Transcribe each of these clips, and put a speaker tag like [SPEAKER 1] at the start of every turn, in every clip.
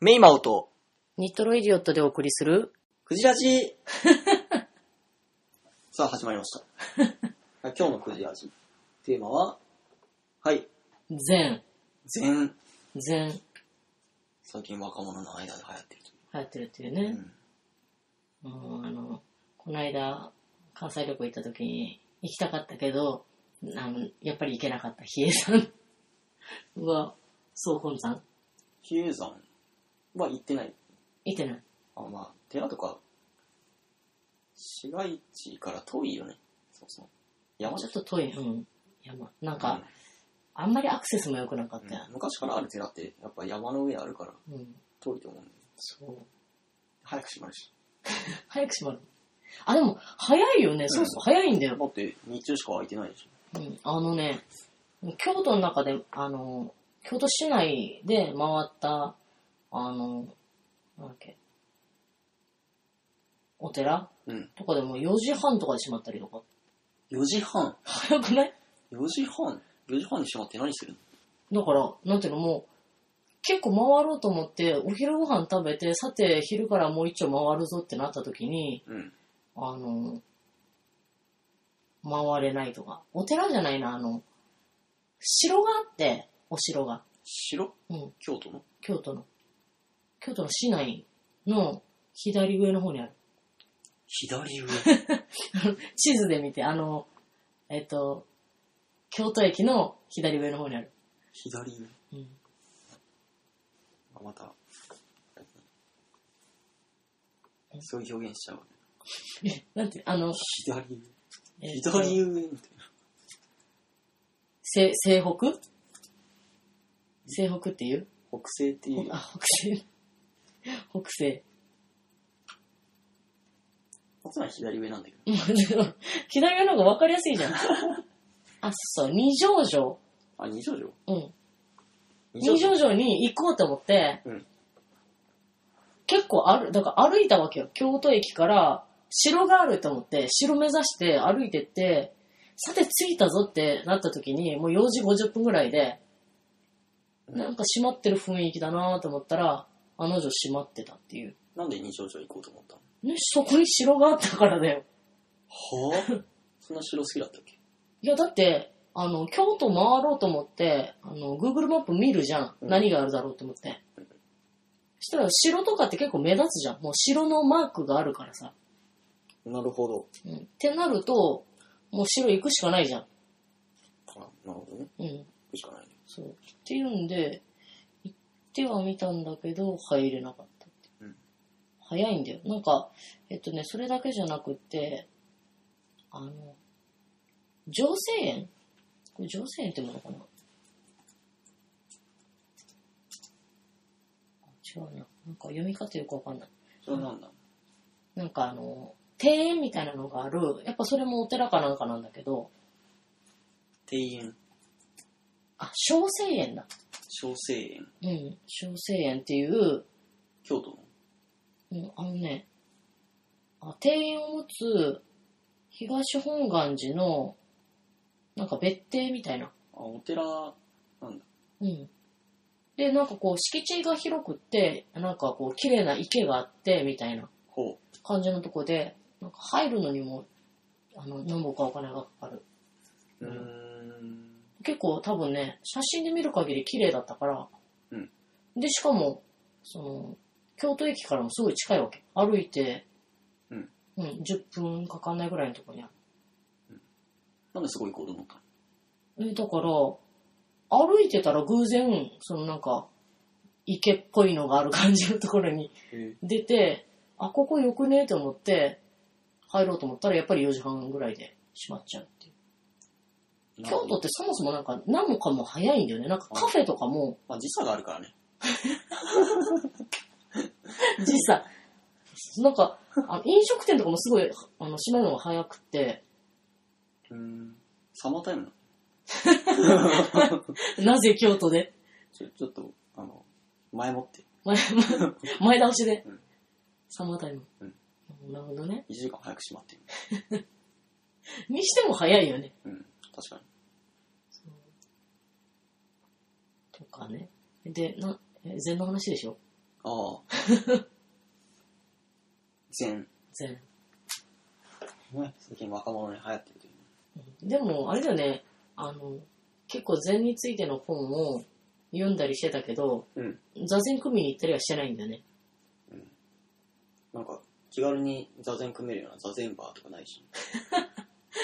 [SPEAKER 1] メイマオと、
[SPEAKER 2] ニットロイディオットでお送りする
[SPEAKER 1] クジラ ジさあ、始まりま した。今日のクジラジ。テーマは、はい、
[SPEAKER 2] 全、
[SPEAKER 1] 全、
[SPEAKER 2] 全、流
[SPEAKER 1] 最近若者の間で流行っている。
[SPEAKER 2] 行ってるっていう
[SPEAKER 1] う
[SPEAKER 2] ね。
[SPEAKER 1] ん
[SPEAKER 2] うん、あの、この間、関西旅行行った時に行きたかったけど、あの、やっぱり行けなかった比叡 山は、総本山
[SPEAKER 1] 比叡山は行ってない。
[SPEAKER 2] 行ってない。
[SPEAKER 1] あ、まあ、寺とか、市街地から遠いよね。そうそう。山
[SPEAKER 2] ち
[SPEAKER 1] じ
[SPEAKER 2] ょ
[SPEAKER 1] ゃ
[SPEAKER 2] っと遠い、うん、山。なんか、あんまりアクセスも良くなかったよ
[SPEAKER 1] うん、昔からある寺って、やっぱ山の上あるから
[SPEAKER 2] うん、
[SPEAKER 1] 遠いと思うんだよね
[SPEAKER 2] そう。
[SPEAKER 1] 早く閉まるし。
[SPEAKER 2] 早く閉まる。あ、でも、早いよね。そうそう、早いんだよ。
[SPEAKER 1] だって、日中しか空いてないでしょ。
[SPEAKER 2] うん、あのね、京都の中で、あの、京都市内で回った、あの、なんだっけ、お寺
[SPEAKER 1] うん。
[SPEAKER 2] とかでも4時半とかで閉まったりとか。
[SPEAKER 1] 4時半。
[SPEAKER 2] 早くない
[SPEAKER 1] 4時半 ?4 時半に閉まって何するの
[SPEAKER 2] だから、なんていうのもう、結構回ろうと思って、お昼ご飯食べて、さて、昼からもう一丁回るぞってなった時に、
[SPEAKER 1] うん。
[SPEAKER 2] あの、回れないとか。お寺じゃないな、あの、城があって、お城が。
[SPEAKER 1] 城
[SPEAKER 2] うん、
[SPEAKER 1] 京都の
[SPEAKER 2] 京都の。京都の市内の左上の方にある。
[SPEAKER 1] 左上。
[SPEAKER 2] 地図で見て、あの、えっと、京都駅の左上の方にある。
[SPEAKER 1] 左上。
[SPEAKER 2] うん。
[SPEAKER 1] あ、また。そういう表現しちゃうわね。
[SPEAKER 2] なんて、あの、
[SPEAKER 1] 左上。
[SPEAKER 2] えっと
[SPEAKER 1] 左上みたいな。
[SPEAKER 2] 西西北西北っていう
[SPEAKER 1] 北西っていう。
[SPEAKER 2] あ、北西。北西。
[SPEAKER 1] こっちは左上なんだけど。
[SPEAKER 2] 左上の方が分かりやすい じゃん。あ、そう、二条城。
[SPEAKER 1] あ、二条城
[SPEAKER 2] うん。二条城に行こうと思って、
[SPEAKER 1] うん
[SPEAKER 2] 結構歩、だから歩いたわけよ。京都駅から城があると思って、城目指して歩いてって、さて着いたぞってなった時に、もう4時50分ぐらいで、なんか閉まってる雰囲気だなと思ったら、あの女閉まってたっていう。
[SPEAKER 1] なんで二条城行こうと思ったの
[SPEAKER 2] ね、そこに城があったからだよ。
[SPEAKER 1] はぁそんな城好きだったっけ
[SPEAKER 2] いや、だって、あの、京都回ろうと思って、あの、Google マップ見るじゃん。
[SPEAKER 1] うん
[SPEAKER 2] 何があるだろうと思って。そしたら、城とかって結構目立つじゃん。もう城のマークがあるからさ。
[SPEAKER 1] なるほど。
[SPEAKER 2] うん。ってなると、もう城行くしかないじゃん。
[SPEAKER 1] あ、なるほどね。
[SPEAKER 2] うん。
[SPEAKER 1] 行くしかないね。
[SPEAKER 2] そう。っていうんで、行ってはみたんだけど、入れなかったって。
[SPEAKER 1] うん
[SPEAKER 2] 早いんだよ。なんか、えっとね、それだけじゃなくって、あの、女性園これ女性園ってものかなあ違うな。なんか読み方よくわかんない。
[SPEAKER 1] それはなんだ
[SPEAKER 2] なんかあの、庭園みたいなのがある、やっぱそれもお寺かなんかなんだけど、
[SPEAKER 1] 庭園、
[SPEAKER 2] あ、小生園だ。
[SPEAKER 1] 小生園、
[SPEAKER 2] うん、小生園っていう、
[SPEAKER 1] 京都の。
[SPEAKER 2] うん、あのね、あ庭園を持つ東本願寺の、なんか別邸みたいな。
[SPEAKER 1] あ、お寺、なんだ。
[SPEAKER 2] うん。で、なんかこう、敷地が広くって、なんかこう、綺麗な池があって、みたいな
[SPEAKER 1] ほ
[SPEAKER 2] 感じのとこで、なんか入るのにも、あの、何本かお金がかかる。
[SPEAKER 1] う。
[SPEAKER 2] う
[SPEAKER 1] うーん。
[SPEAKER 2] 結構多分ね、写真で見る限り綺麗だったから、
[SPEAKER 1] うん
[SPEAKER 2] で、しかも、その、京都駅からもすごい近いわけ。歩いて、
[SPEAKER 1] うん
[SPEAKER 2] うん、10分かかんないぐらいのところにある。
[SPEAKER 1] なんですごい行こうと思ったの
[SPEAKER 2] えだから、歩いてたら偶然、そのなんか、池っぽいのがある感じのところに
[SPEAKER 1] へ
[SPEAKER 2] 出て、あ、ここよくねと思って、入ろうと思ったらやっぱり4時半ぐらいで閉まっちゃうっていう。
[SPEAKER 1] え
[SPEAKER 2] 京都ってそもそもなんか何もかも早いんだよね。なんかカフェとかも、
[SPEAKER 1] まあ時差があるからね。
[SPEAKER 2] 実際、なんか、あの飲食店とかもすごい、あの、閉まるのが早くて、
[SPEAKER 1] うーん。サマータイムなの
[SPEAKER 2] なぜ京都で
[SPEAKER 1] ちょちょっと、あの、前もって、
[SPEAKER 2] 前前倒しで
[SPEAKER 1] うん、
[SPEAKER 2] サマータイム
[SPEAKER 1] うん。
[SPEAKER 2] なるほどね。
[SPEAKER 1] 1時間早く閉まってる。
[SPEAKER 2] にしても早いよね。
[SPEAKER 1] うん。確かに。
[SPEAKER 2] とかね。で、な、え禅の話でしょ
[SPEAKER 1] ああ。 全。
[SPEAKER 2] 全。
[SPEAKER 1] ね、最近若者に流行ってるというね。
[SPEAKER 2] うんでも、あれだよね、あの、結構禅についての本を読んだりしてたけど、
[SPEAKER 1] うん。
[SPEAKER 2] 座禅組みに行ったりはしてないんだよね。
[SPEAKER 1] なんか、気軽に座禅組めるような座禅バーとかない し。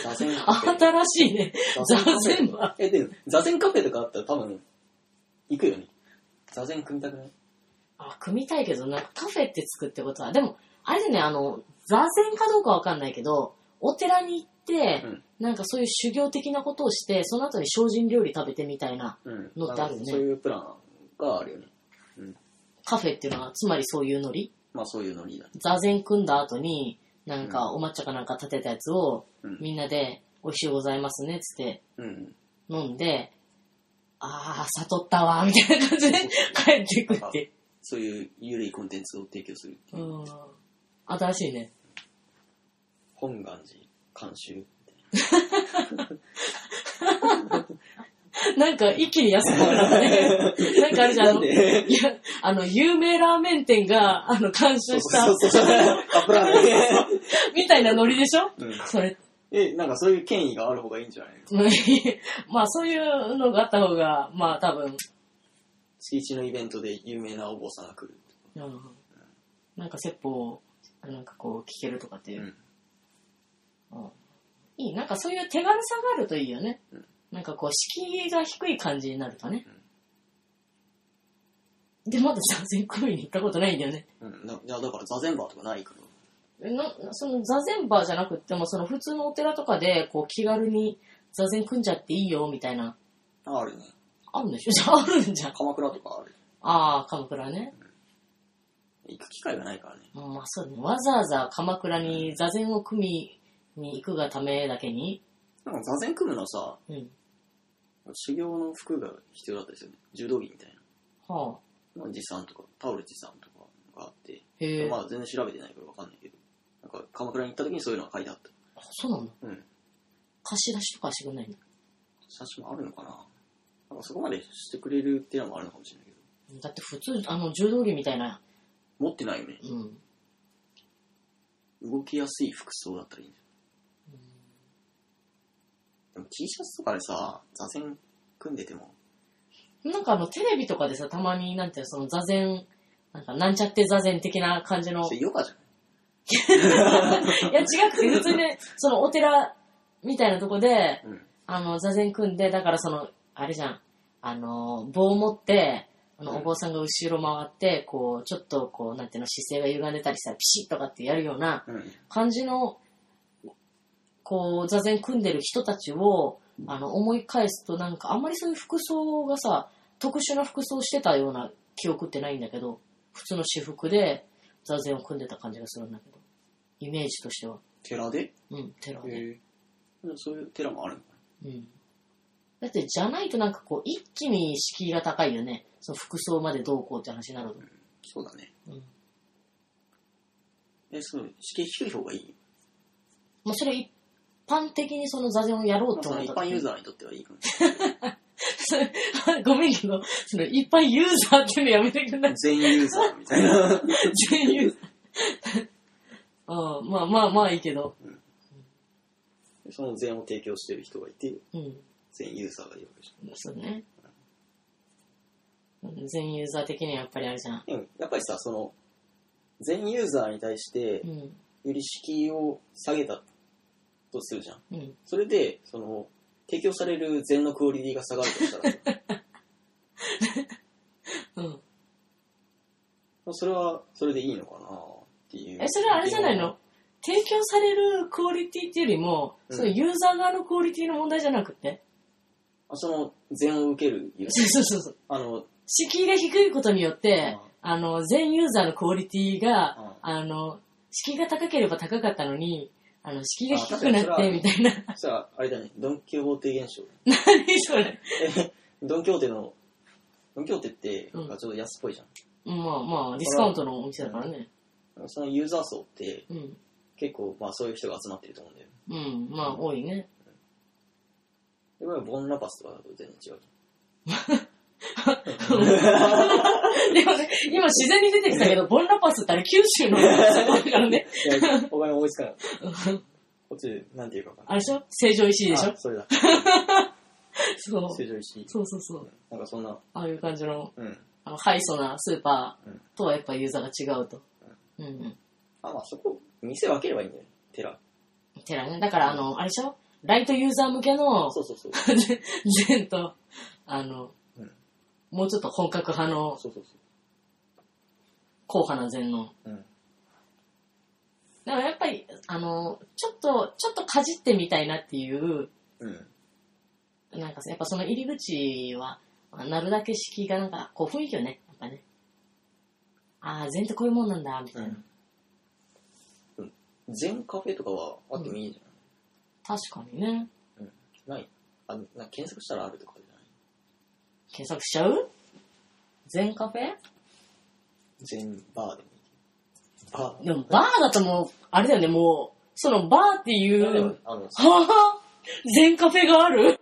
[SPEAKER 1] 座禅カフェ
[SPEAKER 2] 新しいね。座禅
[SPEAKER 1] カフェ
[SPEAKER 2] バ
[SPEAKER 1] え、でも、座禅カフェとかあったら多分、行くよね。座禅組みたくない
[SPEAKER 2] あ、組みたいけど、なんかカフェってつくってことは、でも、あれだよね、あの、座禅かどうかわかんないけど、お寺に行って、
[SPEAKER 1] うん
[SPEAKER 2] なんかそういう修行的なことをして、その後に精進料理食べてみたいな
[SPEAKER 1] うん。
[SPEAKER 2] のってあるよね
[SPEAKER 1] そういうプランがあるよね。
[SPEAKER 2] カフェっていうのは、つまりそういうノリ
[SPEAKER 1] まあそういうノリだね。
[SPEAKER 2] 座禅組んだ後に、なんかお抹茶かなんか立てたやつを、
[SPEAKER 1] うん
[SPEAKER 2] みんなで、美味しゅうございますね、つって
[SPEAKER 1] うん。
[SPEAKER 2] 飲んで、あー、悟ったわ、みたいな 感じで帰っていくって。
[SPEAKER 1] そういう緩いコンテンツを提供するっていうう。
[SPEAKER 2] ん。新しいね。
[SPEAKER 1] 本願寺監修。
[SPEAKER 2] なんか一気に安く なったね。なんかあれじゃん。
[SPEAKER 1] な
[SPEAKER 2] あ
[SPEAKER 1] ん
[SPEAKER 2] のい
[SPEAKER 1] で
[SPEAKER 2] や、あの、有名ラーメン店が、あの、監修した
[SPEAKER 1] そう、そうそう。カップラー メン。
[SPEAKER 2] みたいなノリでしょ
[SPEAKER 1] うん
[SPEAKER 2] それ、
[SPEAKER 1] え、なんかそういう権威がある方がいいんじゃない
[SPEAKER 2] まあいい まあそういうのがあった方が、まあ多分、
[SPEAKER 1] 月一のイベントで有名なお坊さんが来る。
[SPEAKER 2] うんなんか説法を、なんかこう、聞けるとかっていう。うんいい、なんかそういう手軽さがあるといいよね。
[SPEAKER 1] うん
[SPEAKER 2] なんかこう、敷居が低い感じになるとね。で、まだ座禅組みに行ったことないんだよね。
[SPEAKER 1] うん。うん。だいやだから座禅バーとかないから。
[SPEAKER 2] えなその座禅バーじゃなくってもその普通のお寺とかでこう気軽に座禅組んじゃっていいよみたいな
[SPEAKER 1] ああるね。
[SPEAKER 2] あるんでしょ じゃああるんじゃん
[SPEAKER 1] 鎌倉とかある。
[SPEAKER 2] ああ鎌倉ね、
[SPEAKER 1] 行く機会がないからね。
[SPEAKER 2] うんまあそうねわざわざ鎌倉に座禅を組みに行くがためだけに
[SPEAKER 1] なんか座禅組むのさ、
[SPEAKER 2] うん
[SPEAKER 1] 修行の服が必要だったりするね。柔道着みたい
[SPEAKER 2] はあ
[SPEAKER 1] な。まあ、持参とか、タオル持参とかがあって。
[SPEAKER 2] へえ、
[SPEAKER 1] まあ全然調べてないからわかんないけど。なんか鎌倉に行った時にそういうのが書いてあった。
[SPEAKER 2] あそうなんだ
[SPEAKER 1] うん。
[SPEAKER 2] 貸し出しとかしてくんないんだ
[SPEAKER 1] 写真もあるのかななんかそこまでしてくれるっていうのもあるのかもしれないけど。
[SPEAKER 2] だって普通あの柔道着みたいな
[SPEAKER 1] 持ってないよね。
[SPEAKER 2] うん
[SPEAKER 1] 動きやすい服装だったらいいんじゃん。でも T シャツとかでさ、座禅組んでても、
[SPEAKER 2] なんかあのテレビとかでさたまになんていうのその座禅なんかなんちゃって座禅的な感じの
[SPEAKER 1] それヨガじゃん。
[SPEAKER 2] いや、違くて、普通ね、そのお寺みたいなとこで、
[SPEAKER 1] うん。
[SPEAKER 2] あの、座禅組んで、だからその、あれじゃん、あの、棒を持って、あ
[SPEAKER 1] う
[SPEAKER 2] の、
[SPEAKER 1] ん
[SPEAKER 2] お坊さんが後ろ回って、こう、ちょっと、こう、なんていうの、姿勢が歪んでたりしたら、ピシッとかってやるような
[SPEAKER 1] うん。
[SPEAKER 2] 感じの、こう、座禅組んでる人たちを、あの、思い返すと、なんか、あんまりそういう服装がさ、特殊な服装してたような記憶ってないんだけど、普通の私服で座禅を組んでた感じがするんだけど、イメージとしては。
[SPEAKER 1] 寺で
[SPEAKER 2] うん、寺で。
[SPEAKER 1] へえ。そういう寺もあるのか
[SPEAKER 2] うん。だって、じゃないとなんかこう、一気に敷居が高いよね。その服装までどうこうって話になると。
[SPEAKER 1] そうだね。
[SPEAKER 2] うん。
[SPEAKER 1] え、そう、敷居低い方がいい。
[SPEAKER 2] まあ、それ一般的にその座禅をやろうと
[SPEAKER 1] そ
[SPEAKER 2] 思
[SPEAKER 1] の
[SPEAKER 2] っ
[SPEAKER 1] 一
[SPEAKER 2] た
[SPEAKER 1] 般ユー
[SPEAKER 2] ザ
[SPEAKER 1] ザーにとってはいいかもし
[SPEAKER 2] ー。 ごめんけど、その一般ユーザーっていうのやめてくん
[SPEAKER 1] れ
[SPEAKER 2] な
[SPEAKER 1] ないい。。全ユーザーみたい な。
[SPEAKER 2] 全ユーザー。うん、ま あまあまあいいけど。
[SPEAKER 1] その禅を提供してる人がいて、
[SPEAKER 2] うん。
[SPEAKER 1] 全ユーザーがいるわけじ
[SPEAKER 2] そうね。全ユーザー的にはやっぱりあれじゃん。
[SPEAKER 1] ゃん。うん。やっぱりさ、その、全ユーザーに対して
[SPEAKER 2] う、ん。
[SPEAKER 1] より敷居を下げたとするじゃん。
[SPEAKER 2] うん。
[SPEAKER 1] それで、その、提供される禅のクオリティが下がるとしたら、
[SPEAKER 2] うん。
[SPEAKER 1] まあそれは、それでいいのかなっていう。
[SPEAKER 2] え、それはあれじゃないの提供されるクオリティっていうよりも、
[SPEAKER 1] うん
[SPEAKER 2] そのユーザー側のクオリティの問題じゃなくて、
[SPEAKER 1] あその、禅を受ける ユーザ
[SPEAKER 2] そうそうそうそう。
[SPEAKER 1] ー。あの、
[SPEAKER 2] 敷居が低いことによって、あの、全ユーザーのクオリティが、あの、敷居が高ければ高かったのに、あの、敷居が低くな
[SPEAKER 1] あ
[SPEAKER 2] って、み
[SPEAKER 1] 確
[SPEAKER 2] たいな。
[SPEAKER 1] そしたら、あれだね、ドン・キホーテ現象。
[SPEAKER 2] 何それ。
[SPEAKER 1] えドン・キホーテの、ドン・キホーテって、
[SPEAKER 2] うん
[SPEAKER 1] なんかちょっと安っぽいじゃん。
[SPEAKER 2] まあまあ、ディスカウントのお店だからね。
[SPEAKER 1] そのユーザー層って、
[SPEAKER 2] うん。
[SPEAKER 1] 結構、まあそういう人が集まってると思うんだよ。
[SPEAKER 2] うん、まあ、多いね。
[SPEAKER 1] で、まあボン・ラパスとかだと全然違う。
[SPEAKER 2] でもね、今今自然に出てきたけど、ボンラパスってあれ九州の話だからね。
[SPEAKER 1] い や、お金思いつかなかった。こっちで、なんていうかわかんない
[SPEAKER 2] あれでしょ成城石井でしょ
[SPEAKER 1] あそれだ。
[SPEAKER 2] そう。
[SPEAKER 1] 成城石井。
[SPEAKER 2] そうそうそう。
[SPEAKER 1] なんかそんな、
[SPEAKER 2] ああいう感じの、
[SPEAKER 1] うん。
[SPEAKER 2] あの、ハイソなスーパ
[SPEAKER 1] うん
[SPEAKER 2] ーとはやっぱユーザーが違うと。うんうん。
[SPEAKER 1] あ、まあそこ、店分ければいいんだよ。寺。
[SPEAKER 2] てらね。だから、あの、あれでしょライトユーザー向けの、
[SPEAKER 1] そうそうそう。
[SPEAKER 2] 全と、あの、
[SPEAKER 1] うん
[SPEAKER 2] もうちょっと本格派の
[SPEAKER 1] そうそうそ
[SPEAKER 2] 硬派な禅の。
[SPEAKER 1] う。うん。
[SPEAKER 2] だからやっぱり、あの、ちょっと、ちょっとかじってみたいなっていう、
[SPEAKER 1] うん。
[SPEAKER 2] なんかやっぱその入り口は、なるだけ敷居がなんか、こう雰囲気よね。やっぱね。ああ、禅ってこういうもんなんだ、みたいな。
[SPEAKER 1] うん。全カフェとかはあってもいいんじゃ
[SPEAKER 2] 確かにね。
[SPEAKER 1] ない、ないあ、なんか検索したらあるとかじゃない
[SPEAKER 2] 検索しちゃう全カフェ
[SPEAKER 1] 全バーでもいい。バ
[SPEAKER 2] でもバーだともう、あれだよね、もう、そのバーってい
[SPEAKER 1] ーでも
[SPEAKER 2] う、
[SPEAKER 1] あの、
[SPEAKER 2] はぁ全カフェがある